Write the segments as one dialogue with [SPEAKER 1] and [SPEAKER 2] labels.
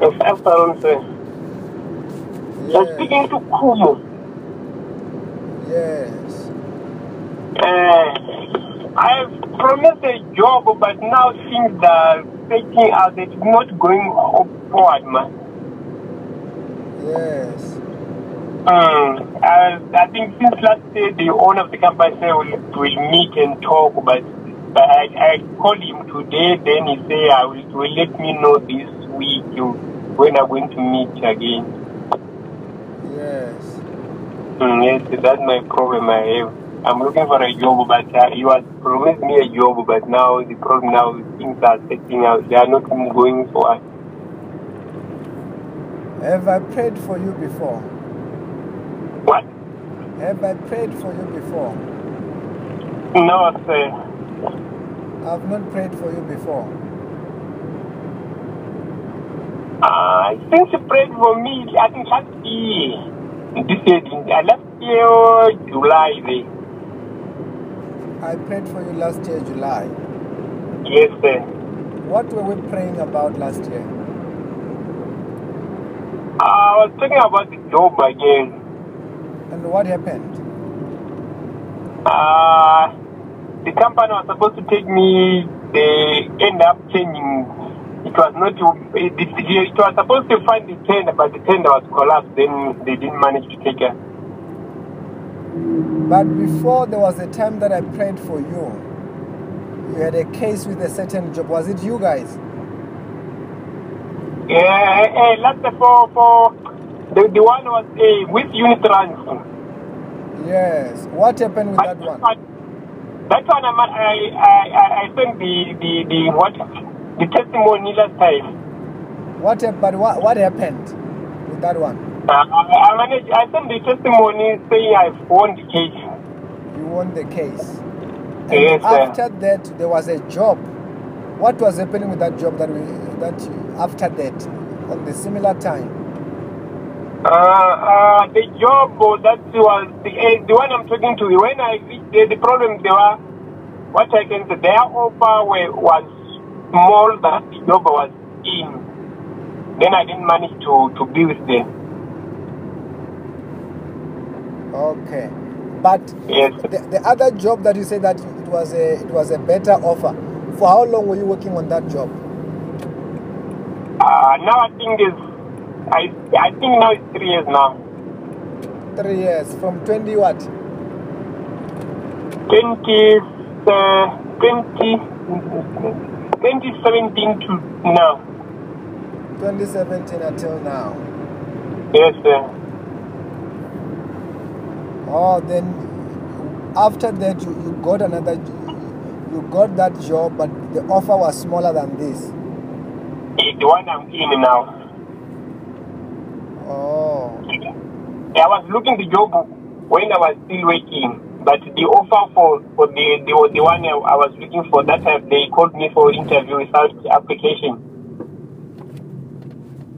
[SPEAKER 1] The five thousand cents. I'm
[SPEAKER 2] Yes.
[SPEAKER 1] speaking to Kumo.
[SPEAKER 2] Yes.
[SPEAKER 1] Uh, I promised a job, but now things are taking out. It's not going up forward, man.
[SPEAKER 2] Yes.
[SPEAKER 1] Mm. I, I think since last day, the owner of the company said we'll, we'll meet and talk, but, but I, I called him today. Then he said, I will, will let me know this week when I'm going to meet again.
[SPEAKER 2] Yes.
[SPEAKER 1] Mm, yes, that's my problem I have. I'm looking for a job, but uh, you had promised me a job, but now the problem now is things are setting out. They are not going for us.
[SPEAKER 2] Have I prayed for you before?
[SPEAKER 1] What?
[SPEAKER 2] Have I prayed for you before?
[SPEAKER 1] No, sir.
[SPEAKER 2] I've not prayed for you before.
[SPEAKER 1] Uh, since you prayed for me, I think last year, this year, uh, last year, July, there.
[SPEAKER 2] I prayed for you last year, July.
[SPEAKER 1] Yes, sir.
[SPEAKER 2] What were we praying about last year?
[SPEAKER 1] Uh, I was talking about the job again.
[SPEAKER 2] And what happened?
[SPEAKER 1] Uh, the company was supposed to take me, they end up changing. It was not, it, it, it was supposed to find the tender, but the tender was collapsed, then they didn't manage to take her.
[SPEAKER 2] But before there was a time that I prayed for you. You had a case with a certain job. Was it you guys?
[SPEAKER 1] Yeah, eh, eh, last for, for, the, the one was eh, with Unitrans.
[SPEAKER 2] Yes. What happened with
[SPEAKER 1] I-
[SPEAKER 2] that one?
[SPEAKER 1] That one, I'm, I, I, I I think the, the, the what the testimony last time.
[SPEAKER 2] What hap- but what, what happened with that one?
[SPEAKER 1] Uh, I, I managed. I sent the testimony saying I've won the case.
[SPEAKER 2] You won the case. And
[SPEAKER 1] Yes, sir.
[SPEAKER 2] after that there was a job. What was happening with that job that we that you, after that on the similar time?
[SPEAKER 1] Uh, uh, the job oh, that was the, eh, the one I'm talking to. When I reached there, the problem they were what I can say their offer were, was small that the job I was in. Then I didn't manage to to be with them.
[SPEAKER 2] Okay. But
[SPEAKER 1] Yes.
[SPEAKER 2] the, the other job that you said that it was a it was a better offer. For how long were you working on that job?
[SPEAKER 1] Uh, now I think is I I think now it's three years now.
[SPEAKER 2] Three years. From twenty what?
[SPEAKER 1] 20, uh, 20, 2017 to now.
[SPEAKER 2] Twenty seventeen until now.
[SPEAKER 1] Yes, uh, sir.
[SPEAKER 2] Oh then after that you, you got another you got that job but the offer was smaller than this.
[SPEAKER 1] It's the one I'm in now.
[SPEAKER 2] Oh,
[SPEAKER 1] I was looking the job when I was still working, but the offer for, for the, the the one I I was looking for that time they called me for interview without application.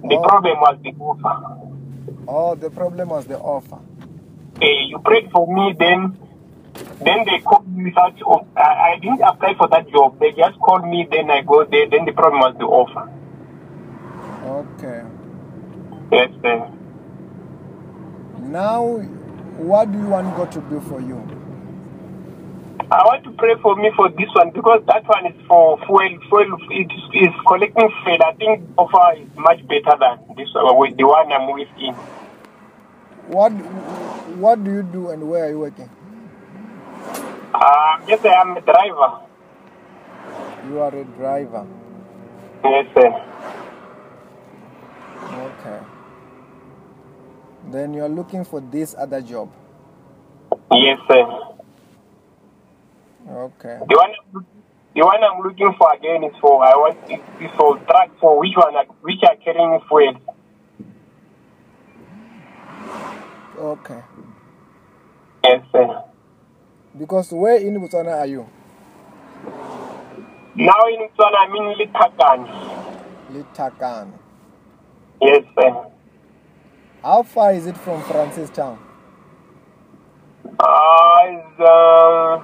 [SPEAKER 1] The
[SPEAKER 2] oh,
[SPEAKER 1] problem was the offer.
[SPEAKER 2] oh, the problem was the offer.
[SPEAKER 1] Eh, you prayed for me, then then they called me without. of- I, I didn't apply for that job. They just called me, then I go there. Then the problem was the offer.
[SPEAKER 2] Okay.
[SPEAKER 1] Yes, sir.
[SPEAKER 2] Now, what do you want God to do for you?
[SPEAKER 1] I want to pray for me for this one because that one is for fuel. Fuel it is is collecting fuel. I think offer is much better than this one, with the one I'm with in.
[SPEAKER 2] What What do you do and where are you working?
[SPEAKER 1] Uh, yes, sir, I'm a driver.
[SPEAKER 2] You are a driver.
[SPEAKER 1] Yes, sir.
[SPEAKER 2] Okay. Then you are looking for this other job.
[SPEAKER 1] Yes, sir.
[SPEAKER 2] Okay.
[SPEAKER 1] The one I'm- the one I'm looking for again is for I want is is for truck for which one I- which are carrying fuel.
[SPEAKER 2] Okay.
[SPEAKER 1] Yes, sir.
[SPEAKER 2] Because where in Botswana are you?
[SPEAKER 1] Now in this one I'm in Litakan.
[SPEAKER 2] Litakan.
[SPEAKER 1] Yes, sir.
[SPEAKER 2] How far is it from Francistown?
[SPEAKER 1] Uh, it's, uh,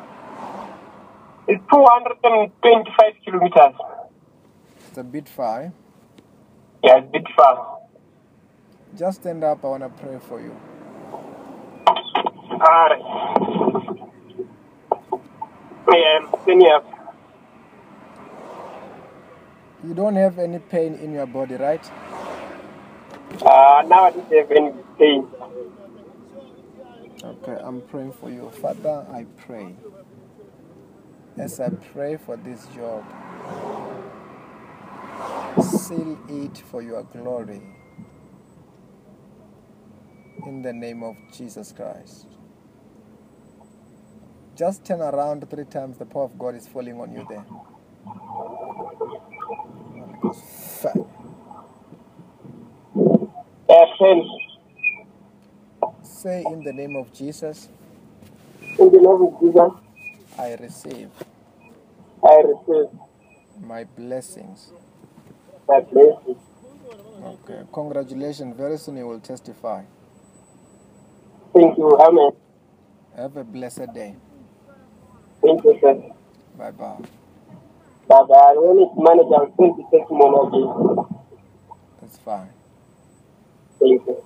[SPEAKER 1] it's 225 kilometers.
[SPEAKER 2] It's a bit far. eh?
[SPEAKER 1] Yeah, it's a bit far.
[SPEAKER 2] Just stand up. I want to pray for you.
[SPEAKER 1] All right. Yeah, then yeah.
[SPEAKER 2] You don't have any pain in your body, right?
[SPEAKER 1] Uh, now I don't have any pain.
[SPEAKER 2] Okay, I'm praying for you. Father, I pray. As I pray for this job, seal it for your glory in the name of Jesus Christ. Just turn around three times. The power of God is falling on you there. Fa-
[SPEAKER 1] Yeah, pain.
[SPEAKER 2] Say in the name of Jesus,
[SPEAKER 1] In the name of Jesus,
[SPEAKER 2] I receive
[SPEAKER 1] I receive
[SPEAKER 2] my blessings.
[SPEAKER 1] that blessing.
[SPEAKER 2] Okay. Congratulations. Very soon you will testify.
[SPEAKER 1] Thank you. Amen.
[SPEAKER 2] Have a blessed day.
[SPEAKER 1] Thank you, sir.
[SPEAKER 2] Bye bye.
[SPEAKER 1] But uh, when it's managed, I'll send the testimony again.
[SPEAKER 2] That's fine.
[SPEAKER 1] Thank you.